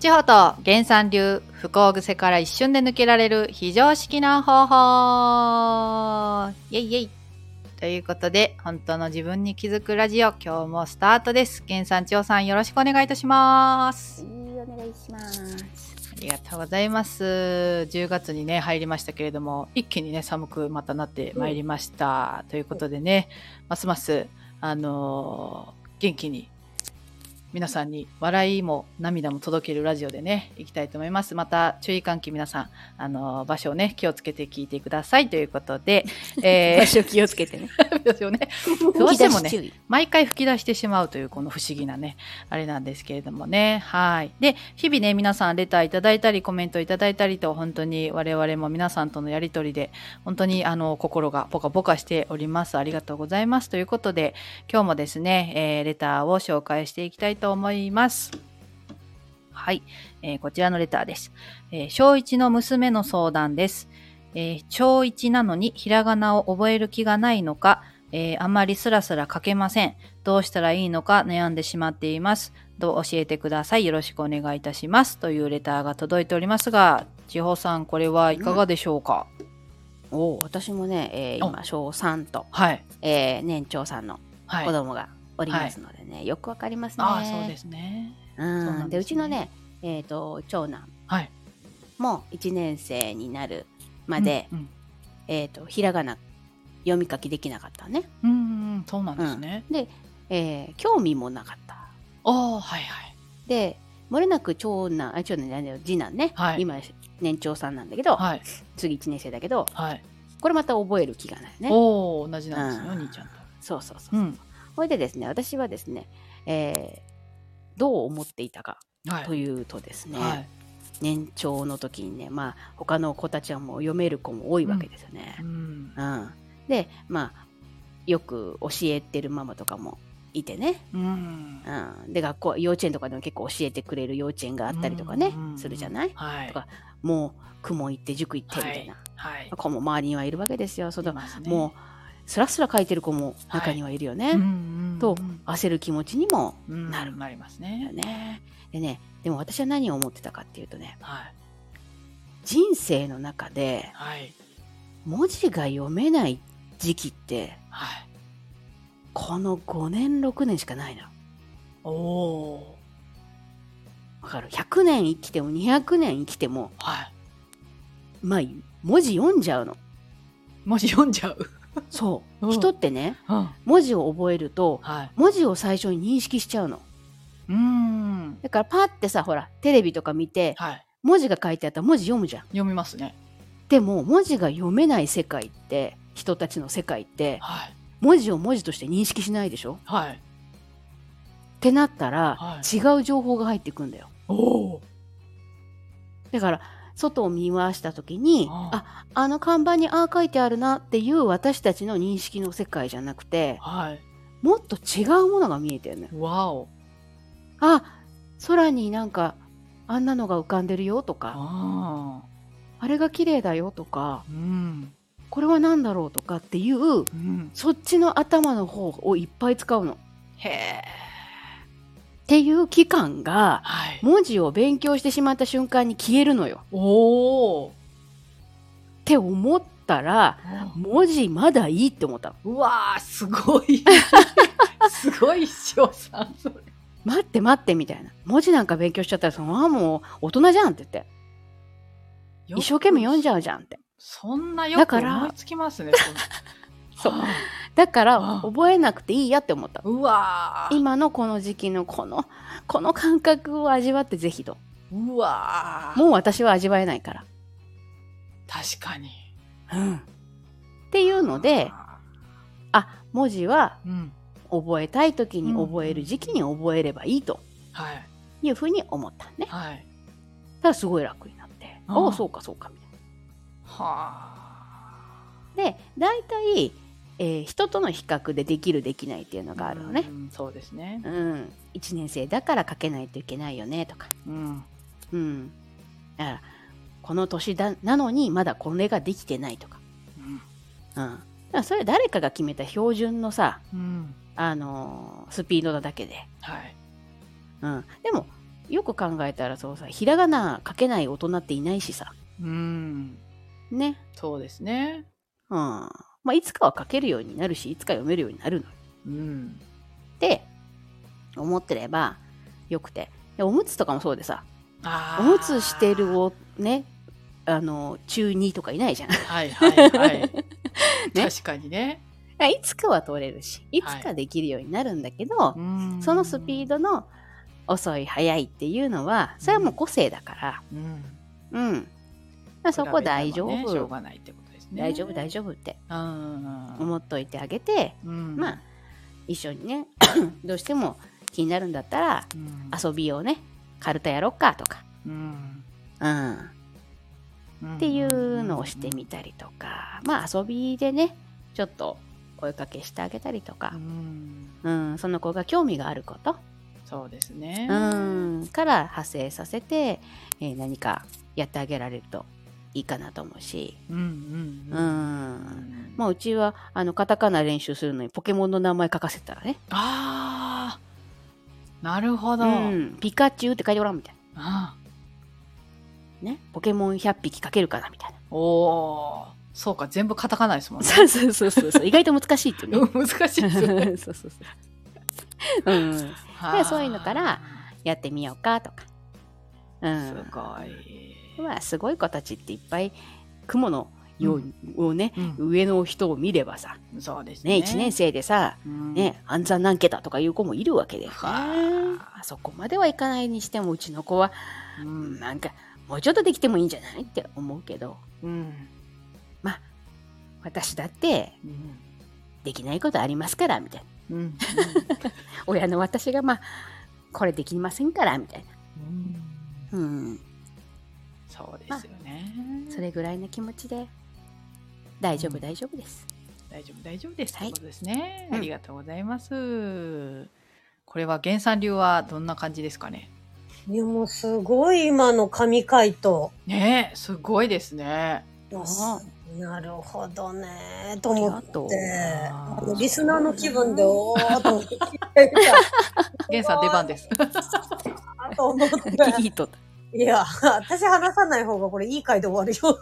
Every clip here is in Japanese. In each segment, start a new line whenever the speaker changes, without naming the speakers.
地方と原産流不幸癖から一瞬で抜けられる非常識な方法イェイイェイということで本当の自分に気づくラジオ今日もスタートです原産千代さんよろしくお願いいたします
お願いします。
ありがとうございます10月にね入りましたけれども一気にね寒くまたなってまいりました、ということでねますますあのー元気に皆さんに笑いも涙も届けるラジオでねいきたいと思いますまた注意喚起皆さんあのー場所をね気をつけて聞いてくださいということ で、え
場所気をつ けてね。
ー、ですよねどうしてもね
吹き出し注意
毎回吹き出してしまうというこの不思議なねあれなんですけれどもねはいで日々ね皆さんレターいただいたりコメントいただいたりと本当に我々も皆さんとのやりとりで本当にあの心がポカポカしておりますありがとうございますということで今日もですね、えーレターを紹介していきたいと思いますはい、えーこちらのレターです、えー小1の娘の相談です、えー小1なのにひらがなを覚える気がないのかえーあんまりスラスラ書けません。どうしたらいいのか悩んでしまっています。どう教えてください。よろしくお願いいたします。というレターが届いておりますが、千穂さん、これはいかがでしょうか、
おお、私もね、えー今小三と、
はい。
えー年長さんの
はい。
子供がおりますのでね、よくわかりますね。
ああ、そうですね。
う
そうなん
ん
ですね
でうちのね、えっ、と長男
はい。
も一年生になるまで、
うん、
えっ、とひらがな読み書きできなかったね。
うん、うんうんそうなんですね。
で、えー興味もなかった。
ああ、はいはい。
で、もれなく長男あ長男じゃないよ次男ね、
はい
今年長さんなんだけど、
はい。
次一年生だけど、
はい。
これまた覚える気がないね。
おお、同じなんですよ、
うん
兄ちゃんと。
そうそうそうう。
ん。
ほいでですね、私はですね、えーどう思っていたか
は
と
い。
いうとですね、
はい。
年長の時にね、まあ、他の子たちはもう読める子も多いわけですよね
う。ん。
うん。で、まあ、よく教えてるママとかもいてね、
うん。
うん、で、学校、幼稚園とかでも結構教えてくれる幼稚園があったりとかね、
うん
するじゃない
はい
と。かもう、雲行って塾行ってみたいな
はい。
子も周りにはいるわけですよ。その
ますね
もう、スラスラ書いてる子も中にはいるよね。
うんうんうん
と焦る気持ちにも
うん
なる
なります
だ
ね
よ。ね。でね、でも私は何を思ってたかっていうとね、
はい。
人生の中で
はい。
文字が読めない時期って、
はい。
この5年、6年しかないの。
おお。
わかる ?100 年生きても200年生きても、
はい。
まあ、文字読んじゃ うの。
文字読んじゃう。
そうう。
ん
人ってね、
うん。
文字を覚えると、
はい。
文字を最初に認識しちゃうの。
うーん。
だからパッてさ、ほら、テレビとか見て、
はい。
文字が書いてあったら文字読むじゃん。
読みますね。
でも、文字が読めない世界って、人たちの世界って、
はい。
文字を文字として認識しないでしょ
はい。
ってなったら、
は
違う情報が入ってくんだよ
おお。
だから外を見回した時に
あ
ああの看板にああ書いてあるなっていう私たちの認識の世界じゃなくて
はい。
もっと違うものが見えてるのよ
わお。
あ空になんかあんなのが浮かんでるよとか
ああ。
あれが綺麗だよとか
うん。
これは何だろうとかっていう
うん。
そっちの頭の方をいっぱい使うのっ
へえ。
ていう期間が
はい。
文字を勉強してしまった瞬間に消えるのよ
おお。
って思ったら文字まだいいって思ったの
うわーすご い。すごい師匠さん。それ
待って待ってみたいな文字なんか勉強しちゃったらそのままもう大人じゃんって言って 一生懸命読んじゃうじゃんって
そんなよ
だ
く
から
思いつきますね。
そう
は
だから
あ
覚えなくていいやって思った
あうわー
今のこの時期のこのこの感覚を味わってぜひと
うわー
もう私は味わえないか
確かに。
ら、うん、っていうのであ文字は
うん。
覚えたい時に覚える時期に覚えればいいと
はい。
いうふうに思ったねだか
はい。
らすごい楽になって
あ
ああそうかそうかみたいな
は
で大体、えー人との比較でできるできないっていうの
あ。
があるのね。
そうですね。
うん、1年生だから書けないといけないよねとか、
うん。
うん、だからこの年だなのにまだこれができてないとか,、うん、だからそれは誰かが決めた標準のさ、
うん。
あのースピードなだけで、
はい。
うん、でもよく考えたらそうさひらがな書けない大人っていないしさ
うん。
ね
そうですね。
うんまあいつかは書けるようになるしいつか読めるようになるのよ
うん。
って思ってればよくてでおむつとかもそうでさ
あ
お
ー
むつしてる。をねあの中2とかいないじゃん
はいはいはい。
ね
確かにね。
いつかは取れるしいつかできるようになるんだけど、
うん
そのスピードの遅い早いっていうのはそれはもう個性だから
うん。
うん、まあそこ大丈
比べてもねしょ
夫、
うがないってことですね。
大丈夫大
丈
丈夫って
夫。うん。
思っといてあげて、
うん
まあ、一緒にね どうしても気になるんだったら
うん。
遊びをねカルタやろっかとか、
うん。
うん、
っ
っていうのをしてみたりとか、まあ遊びでねちょっと声かけしてあげたりと
う
か、
ん。
うん、その子が興味があること、
そうですね。
うん、から派生させて、えー何かやってあげられるといいかなと思うし、
うんうん
う
うんん。
まあ、うちはあのカタカナ練習するのにポケモンの名前書かせたらね、
ああ、なるほど。
うん、ピカチュウって書いてごらんみたい
あ
な、ね、ポケモン100匹書けるかなみたいな
おおー、そうか、全部カタカナですもんね。
そうそうそうそうそう意外と難しいっていうね
難しいですよね。
そうそうそう、うん、
はあ
そういうのから、やってみようかとか、う
す
ん、
ごい。
まあすごい子たちっていっぱい雲のように、をね、
う
上の人を見ればさ、
そうです
ね
ね。
1年生でさ、
うん
ね、暗算何桁とかいう子もいるわけで、ね、
は
あそこまではいかないにしてもうちの子は、
う
うんん、なんかもうちょっとできてもいいんじゃないって思うけど
うん
私だって
うん
できないことありますからみたいな
うんうん
親の私がまあこれできませんからみたい
うん
な、うん、
そうですよね。
それぐらいの気持ちで大丈
う
夫
ん
大丈夫です。
大丈夫大丈夫です。
はい
ということですね。
うん
ありがとうございます。これは原さん流はどんな感じですかね。
いやもうすごい今の神回答。
ねえ、すごいですね。
よし
あ
なるほどねと思
ありがとう
って
あ
あ
ー
のリスナーの気分でおーっと思って聞いてみ
原さん出番です。
たなと思って
いいと
いや私話さない方がこれいい回で終わるよ。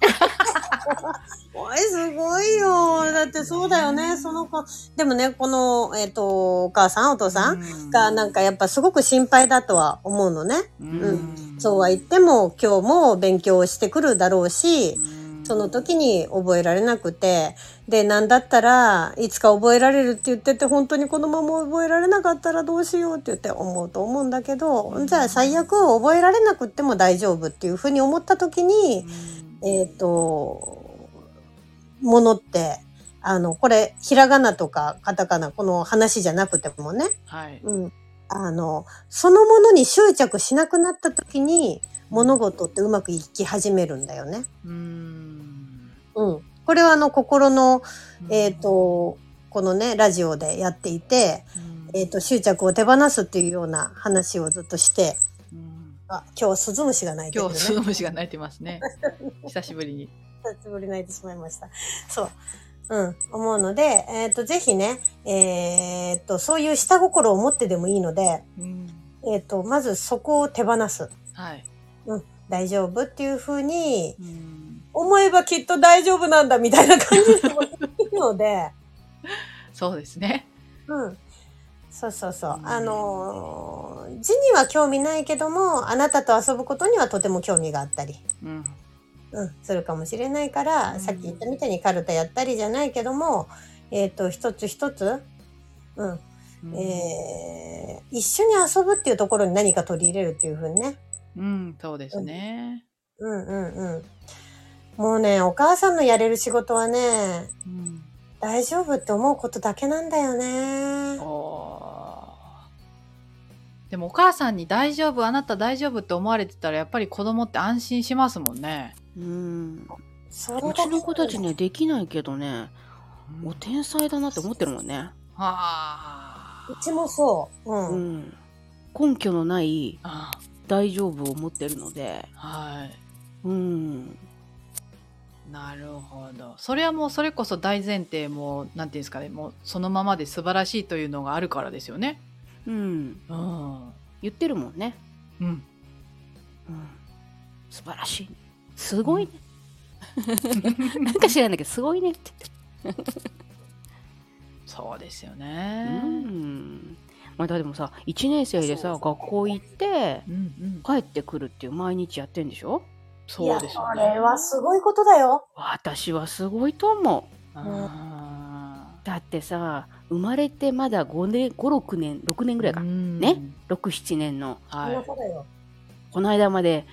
おいすごいよだってそうだよねその子でもねこの、えっとお母さんお父さん
ん
がなんかやっぱすごく心配だとは思うのね。
うん
そうは言っても今日も勉強してくるだろうし、
うん
その時に覚えられなくてで何だったらいつか覚えられるって言ってて本当にこのまま覚えられなかったらどうしようって言って思うと思うんだけど、
うん
じゃあ最悪覚えられなくっても大丈夫っていうふうに思った時に、えっ、とものってあのこれひらがなとかカタカナこの話じゃなくてもね、
はい。
うん、あのそのものに執着しなくなった時に物事ってうまくいき始めるんだよね。
うん。
うん、これはあの心の、えー、とこのねラジオでやっていて、
うん、
えー、と執着を手放すっていうような話をずっとして
うん
あ今日鈴虫が鳴いてる
今日、
ね久
スズムシが鳴いてますね。久しぶりに。
しぶりに鳴いてしまいました。そううん、思うので、えー、とぜひね、えー、とそういう下心を持ってでもいいので、
うん。
えー、とまずそこを手放す
はい。
大丈夫っていうふうに
うん
思えばきっと大丈夫なんだみたいな感じでもいいので。
そうですね。
うん。そうそうそうう。
ん
あのー字には興味ないけども、あなたと遊ぶことにはとても興味があったり、
うん。
うん、するかもしれないか
う
ら、
ん
さっき言ったみたいにカルタやったりじゃないけども、えっ、と、一つ一つ、うん、えー一緒に遊ぶっていうところに何か取り入れるっていうふうにね。
うん、そうですね。
うんうんうん。もうね、お母さんのやれる仕事はね、
うん。
大丈夫って思うことだけなんだよね。
おーでもお母さんに大丈夫、あなた大丈夫って思われてたら、やっぱり子供って安心しますもんね。
うん、
そう
ちの子たちねできないけどねお
は
天才だなって思ってるもんね、
あ
うちもそう。うん。
うん、根拠のない
あ。
大丈夫を持ってるので、
はい。
うん、
なるほど。それはもうそれこそ大前提もうなんていうんですかね、もうそのままで素晴らしいというのがあるからですよね。
うん、
うん。
言ってるもんね。
うん。
うん、素晴らしいねすごいね、 なんか知らんだけどすごいねって
そうですよ
う
ね。
んまあ、でもさ1年生でさ
そう
学校行って
うんうん。
帰ってくるっていう毎日やってんでしょ
そうですよ
い
ね。
や、これはすごいことだよ。
私はすごいと思
あ
うだってさ生まれてまだ5年56年6年
ー
ぐらいか、
うん
ね67年の
は
そんなことだよ。
この間まで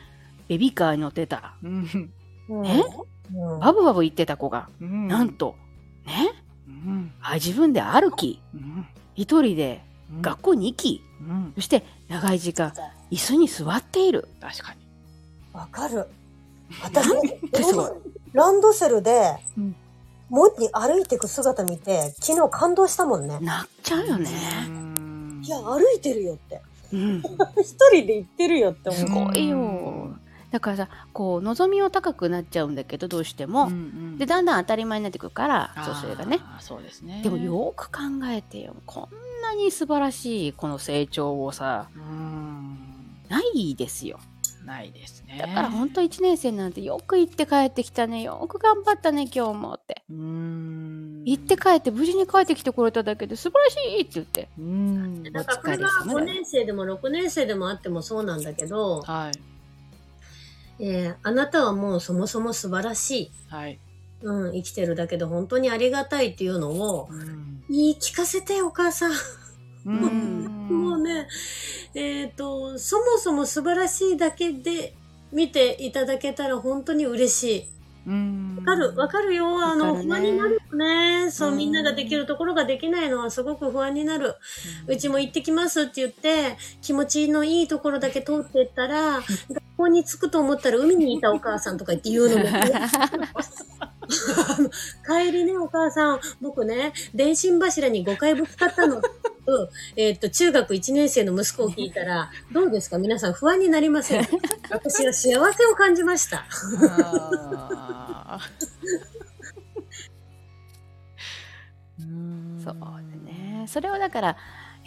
ベビーカーに乗ってた
い。うん
うん
え
うん
バブバブ言ってた子が、
うん
なんとね
うん
あ自分で歩き
うん
一人で
うん
学校に行き、
うん
そして長い時間椅子に座っている
確かに。
わかる。私、
てすごい
ランドセルで
うん、
もうに歩いていく姿見て、昨日感動したもんね。
泣っちゃうよね、
うん
いや、歩いてるよって。
うん、
一人で行ってるよって思
す
う。
ごいよ
う
だからさこう望みを高くなっちゃうんだけどどうしても、
うんうん
でだんだん当たり前になってくるから
あー
そうそれがね
そうですね。
でもよく考えてよこんなに素晴らしいこの成長をさ
うん
ないですよ
ないですね。
だから本当1年生なんてよく行って帰ってきたねよく頑張ったね今日もって
うん
行って帰って無事に帰ってきてくれただけで素晴らしいって言って
うん
だ
だ
か
からら
こ
こ
れが
れが
5
5
年
年生でも6年生でもあってもそうなんだけど、
はい
えーあなたはもうそもそも素晴らしい。
はい。
うん、生きてるだけで本当にありがたいっていうのを
うん
言い聞かせてお母さん。
うん
もうね、えっ、と、そもそも素晴らしいだけで見ていただけたら本当に嬉しい。
うん
わかる、わかるよ。あ
わ
の、
かるね
不安になるよね。そうう、
ん
みんなができるところができないのはすごく不安になる。うちも行ってきますって言って、気持ちのいいところだけ通っていったら、学校に着くと思ったら海にいたお母さんとか言って言うのも。あの帰りね、お母さん、僕ね、電信柱に5回ぶつかったの。うん、えーっと、中学1年生の息子を聞いたら、どうですか皆さん不安になりません私は幸せを感じました。
あーうん
そうだねそれをだから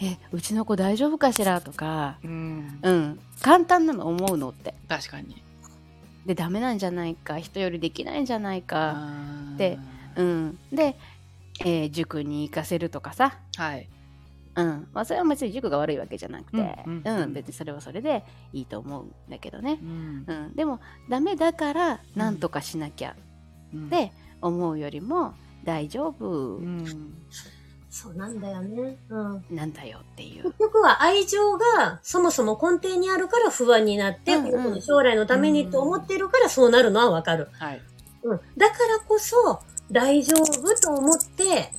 えうちの子大丈夫かしらとか
うん
うん簡単なの思うのって
確かに
でダメなんじゃないか人よりできないんじゃないか
あー
でうんで、えー塾に行かせるとかさ
はい
うんまあそれは別に塾が悪いわけじゃなくてう
うんん、うん
別にそれはそれでいいと思うんだけどね
う、ん
うん、でもダメだからなんとかしなきゃ
うん
で思うよりも大丈夫
うん
そうなんだよね。うん。
なんだよっていう
結局は愛情がそもそも根底にあるから不安になって、
うんうん
将来のためにって思ってるからそうなるのはわかる。
はい
うん。だからこそ、大丈夫と思って、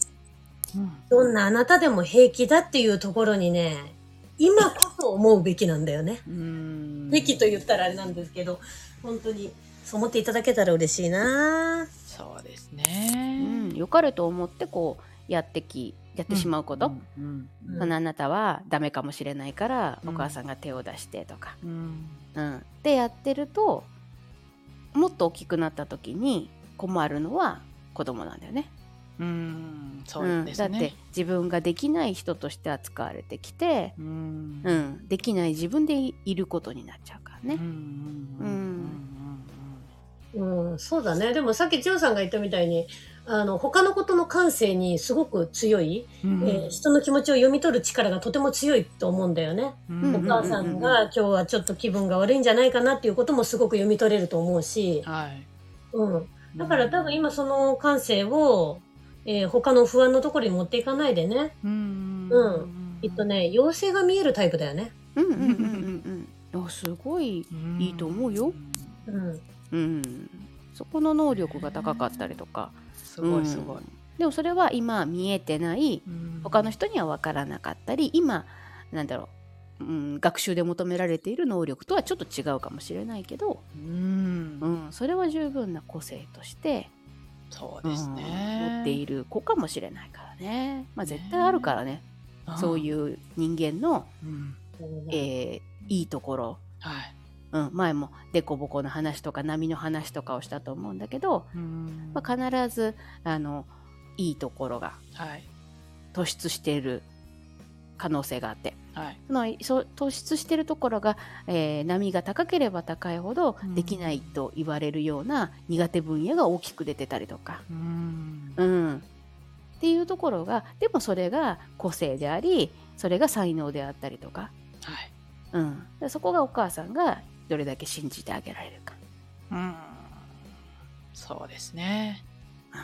どんなあなたでも平気だっていうところにね、今こそ思うべきなんだよね。
うん
べきと言ったらあれなんですけど、本当にそう思っていただけたら嬉しいな
そうです
う
ね
ん、良かれと思ってこうやってきやってしまうこと、
うんうん
そのあなたはダメかもしれないから、
うん
お母さんが手を出してとか、
うん
うん、ってやってるともっと大きくなった時に困るのは子供なんだよね
うんそうです
ん、だって
ね
自分ができない人として扱われてきて、
うん
うんできない自分でいいることになっちゃうから
う
ね。
んうんうん
うん
うん、そうだね。でもさっき千代さんが言ったみたいに、あの、他のことの感性にすごく強い、
うんうん
えー人の気持ちを読み取る力がとても強いと思うんだよね。
うん
お
お母さんが今日はちょっと気分が悪いんじゃないかなっていうこともすごく読み取れると思うし、
はい
うん。だから多分今その感性を、えー他の不安のところに持っていかないでね、
うん
うんきっとね、妖精が見えるタイプだよね。
うんうんうんうんうん。あすごい、いいと思うよ
うん。
うん、そこの能力が高かったりとか
すごいすごい、
うんでもそれは今見えてない他の人には分からなかったり今なんだろう、うん、学習で求められている能力とはちょっと違うかもしれないけど、
うん
うん、それは十分な個性として、
そう
う
で
ん
すね、
持っている子かもしれないからね、まあ、絶対あるからねそう
う、
いう人間の、
うん
えーいいところ、
はい
うん、前も凸凹の話とか波の話とかをしたと思うんだけど、
うん
まあ、必ずあのいいところが
はい
突出している可能性があって
はい。
そのそう突出してるところが、えー波が高ければ高いほど
うん
できないと言われるような苦手分野が大きく出てたりとか、
うん。
うん、っていうところがでもそれが個性でありそれが才能であったりとか、
はい。
うん、でそこがお母さんがどれだけ信じてあげられるか。
うん。そうですね。
うん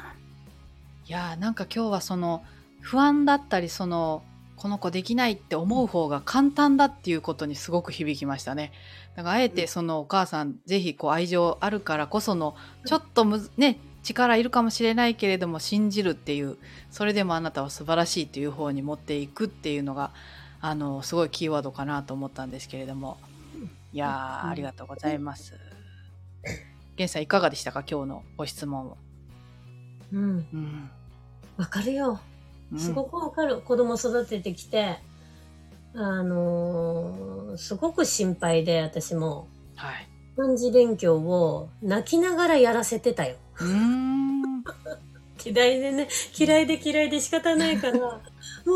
いやーなんか今日はその不安だったりそのこの子できないって思う方が簡単だっていうことにすごく響きましたね。だからあえてそのお母さんぜひこう愛情あるからこそのちょっとむずね力いるかもしれないけれども信じるっていうそれでもあなたは素晴らしいっていう方に持っていくっていうのがあのすごいキーワードかなと思ったんですけれどもいやーありがとうございます。源さんいかがでしたか今日のご質問を。
うん。
うん
わかるよ。
うん
すごくわかる。子供育ててきて、あのーすごく心配で、私も。
はい
漢字勉強を泣きながらやらせてたよ。
うーん。
嫌いでね、嫌いで嫌いで仕方ない から、も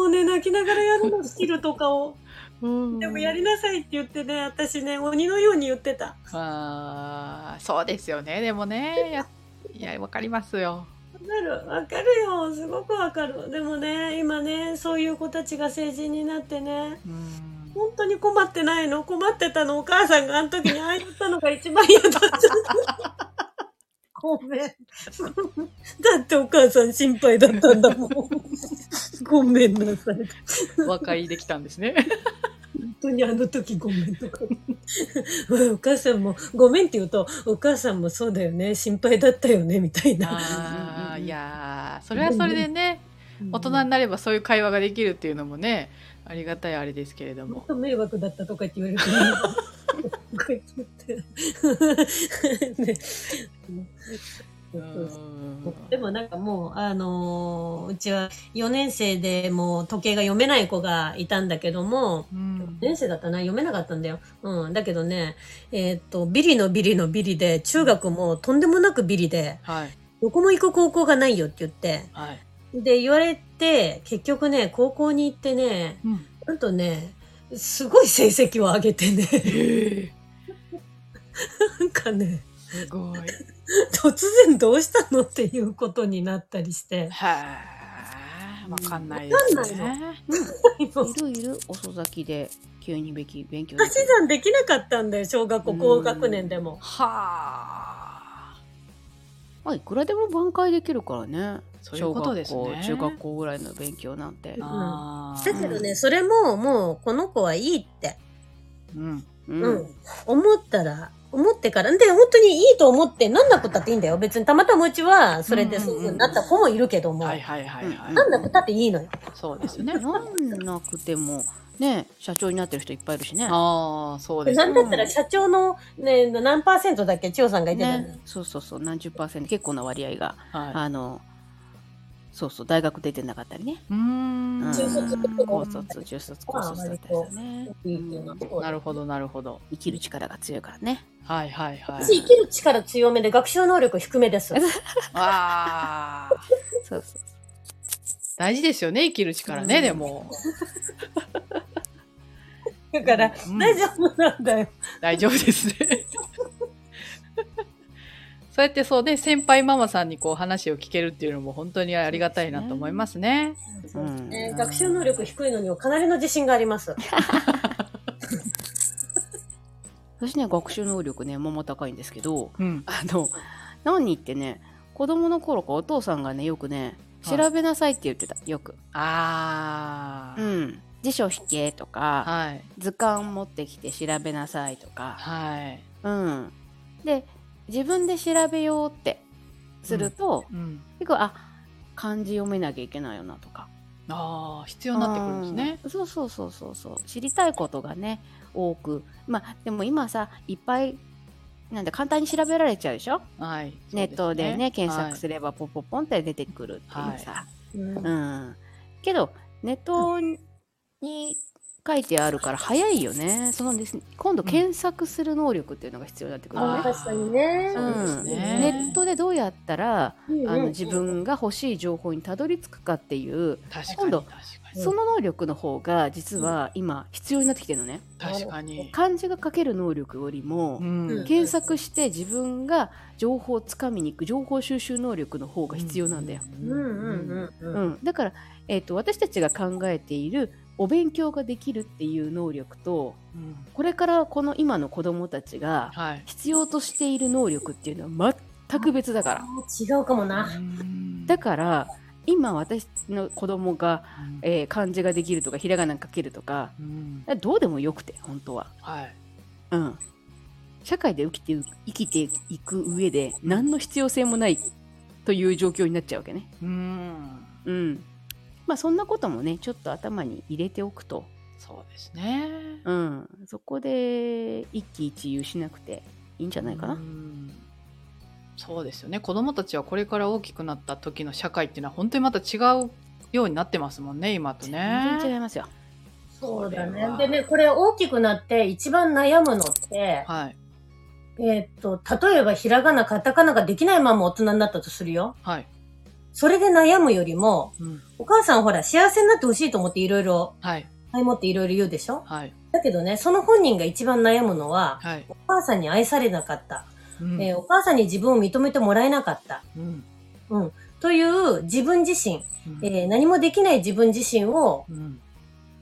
うね、泣きながらやるの、シルとかを。でもやりなさいって言ってね、私ね、鬼のように言ってた。
あーそうですよね。でもね、やいやわかりますよ。
わかる、わかるよ。すごくわかる。でもね、今ね、そういう子たちが成人になってね、
うーん。
本当に困ってないの困ってたのお母さんがあの時にああ言ったのが一番嫌だった。 ごめん。 だってお母さん心配だったんだもん。ごめんなさい。
和解できたんですね。
本当にあの時ごめんとかお母さんもごめんって言うとお母さんもそうだよね心配だったよねみたいな
ああ、いやーそれはそれでね、大人になればそういう会話ができるっていうのもね、ありがたいあれですけれど
本
も。
当迷惑だったとかって言われる
う
とね
ーん
でもなんかもう、あのーうちは4年生でもう時計が読めない子がいたんだけども、
うん
年生だったな読めなかったんだよ。うん。だけどね、えーっと、ビリのビリのビリで、中学もとんでもなくビリで、
はい
どこも行く高校がないよって言って。
はい。
で、言われて、結局ね、高校に行ってね、
うん。
なんとね、すごい成績を上げてね、
え
なんかね、
ー、すごい。
突然どうしたのっていうことになったりして。
はい。わかんないです
わか
ね。
今
いるいる遅咲きで急にべき勉強で
足
き
し
る
算できなかったんだよ、小学校
うん
高学年でも。
はあ。
まあいくらでも挽回できるからね
そういうことですね
小学校中学校ぐらいの勉強なんて
ん
あー
だけどね、それももうこの子はいいって、
うん。
うん
うん、思ったら、思ってから、で、本当にいいと思って、なんなくったっていいんだよ。別にたまたまうちは、それでそういうふうになった子もいるけども、
はいはいはいはい。
なんなくったっていいのよ。
そうですね。
なんなくてもね社長になってる人いっぱいいるしね
ああ、そうです
な
ね
んだったら社長の、ね、何パーセントだっけ千代さんが言ってたの、
ね、そうそうそう何十パーセント結構な割合が、
は
あのそうそう大学出てなかったりね
い。うーん
うん
中卒
高卒中卒高卒だったりだね、うん
なるほど、なるほど。
生きる力が強いからね
はいはいはい。
私生きる力強めで学習能力低めです。
ああ。
そうそう
大事ですよね、生きる力ね、
うん
でも。
だから、
うん
大丈夫なんだよ。
大丈夫ですね。そうやってそうね、先輩ママさんにこう話を聞けるっていうのも本当にありがたいなと思いますね。
そううん
えー学習能力低いのにはかなりの自信があります。
私ね学習能力ねもも高いんですけど
うん。
あの何ってね子供の頃からお父さんがねよくね
は
調
い
べなさいって言ってたよく、
ああ。
うん、辞書引けとか
はい。
図鑑持ってきて調べなさいとか、
はい。
うん、で自分で調べようってすると、
うん。
結構あ漢字読めなきゃいけないよなとか
ああ、必要になってくるんですね。
うんそうそうそうそうそう知りたいことがね多くまあでも今さいっぱいなんで簡単に調べられちゃうでしょ
はい。
ネットでね検索
る。
すればポッポッポンって出てくるっていうさ、
うん
うんけどネットに書いてあるから早いよねそのです今度検索する能力っていうのが必要になってくるよ
あ
ね。
ー確かにね
あ。ーそううんですね
ネットでどうやったら
うん
あ
うん
の自分が欲しい情報にたどり着くかっていう
確か
今
に
度
確かに
その能力の方が実は今必要になってきてるのね。
確かに、
漢字が書ける能力よりも
うん、
検索して自分が情報をつかみに行く情報収集能力の方が必要なんだよ。
う
うんうんうんう。
うんん、だから、えー、と私たちが考えているお勉強ができるっていう能力と
うん
これからこの今の子どもたちが
はい
必要としている能力っていうのは全く別だから。
違うかもな。
だから今私の子供が、えー漢字ができるとかひらがな書けるとか
うん
どうでもよくて本当は。
はい
うん、社会で生きてい生きていく上で何の必要性もないという状況になっちゃうわけね。
うん
うんまあ、そんなこともねちょっと頭に入れておくと、
そうですね
うん、そこで一喜一憂しなくていいんじゃないかな。
うんそうですよね子供たちはこれから大きくなった時の社会っていうのは本当にまた違うようになってますもんね今とね
全然違いますよ。
そうだ
これ
ね
は。
でね、これ大きくなって一番悩むのって、
はい
えーっと、例えばひらがな、カタカナができないまま大人になったとするよ。
はい、
それで悩むよりも、
うん、
お母さんほら幸せになってほしいと思っていろいろ、
はい
前もっていろいろ言うでしょ
はい
だけどね、その本人が一番悩むのは、
はい
お母さんに愛されなかった。
うん
えーお母さんに自分を認めてもらえなかった。
うん
うん。という自分自身、
うん
えー何もできない自分自身を
うん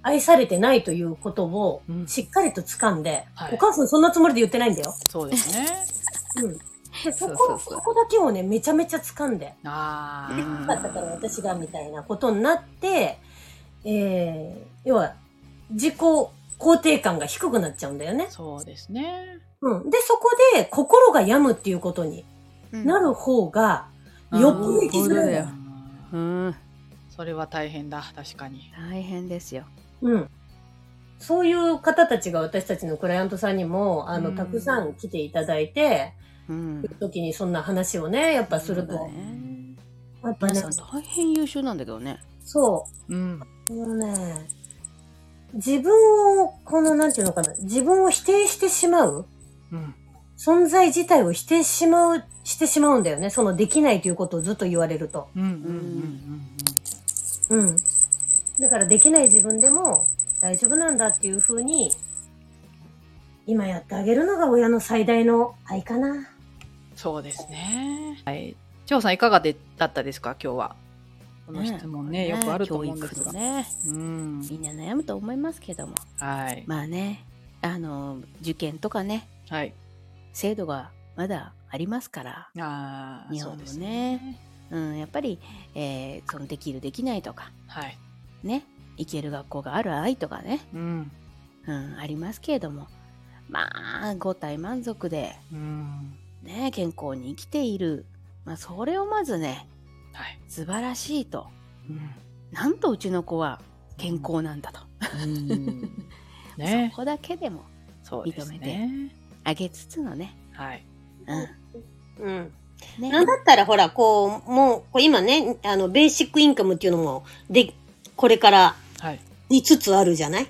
愛されてないということを
うん
しっかりと掴んで、
はい
お母さんそんなつもりで言ってないんだよ。
そうですね
うん。でそ
そう
こ
そうそう
そこだけをね、めちゃめちゃ掴んで、
あ
う
ー
ん
よかったから私がみたいなことになって、えー、要は、自己肯定感が低くなっちゃうんだよね。
そうですね
うん。で、そこで心が病むっていうことになる方が、よっぽど生きづらいよ。
うん
うん
それは大変だ確かに
大変ですよ。
うん。そういう方たちが私たちのクライアントさんにも、あの、
うん
たくさん来ていただいて、
うん
いう時にそんな話をね、やっぱする
そうだ
と。
ね
やっぱ
皆
ね
さん、大変優秀なんだけどね。
そ
うん
う。もうね、自分を、この、なんていうのかな、自分を否定してしまう
うん
存在自体を否定しまう、してしまうんだよね。その、できないということをずっと言われると。
うんうんうんうん
うん。だから、できない自分でも大丈夫なんだっていうふうに、今やってあげるのが親の最大の愛かな。
そうですね。はい。張さんいかがでだったですか今日は。この質問ね、よくあると思うんです
教育
が。
のね、
うん。
みんな悩むと思いますけども。
はい。
まあね、あの、受験とかね、
はい。
制度がまだありますから、
ああ、
日
そ
本
う
も
ですね。
ね、うん、やっぱり、えーそのできるできないとか、
はい。
ね、行ける学校がある愛とかね、
うん。
うん、ありますけれども、まあ、五体満足で、
うん。
ね、健康に生きている、まあ、それをまずね、
はい。
素晴らしいと、
うん。
なんとうちの子は健康なんだと、
うん、ね
そ。こだけでも
そうですね。
あげつつのね、
はい。
う
うん。
ん、ね
なんだったらほら、こう、もう、こう今ね、あの、ベーシックインカムっていうのも、で、これから、
はい。
いつつあるじゃない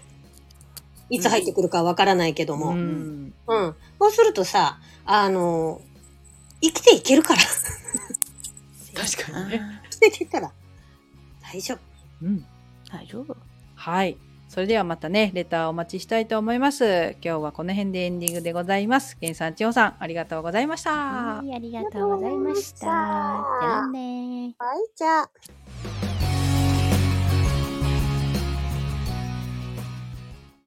いつ入ってくるかわからないけども。
う
うん。
ん。
そうするとさ、あの、生きていけるから。
確か
あ
にね。
ー
生きていけたら、大丈夫。
うん。
大丈夫。
はい。それではまたね、レターお待ちしたいと思います。今日はこの辺でエンディングでございます。源さん、千穂さん、ありがとうございました。
はい、ありがとうございました。じゃあね
はい、じゃあ。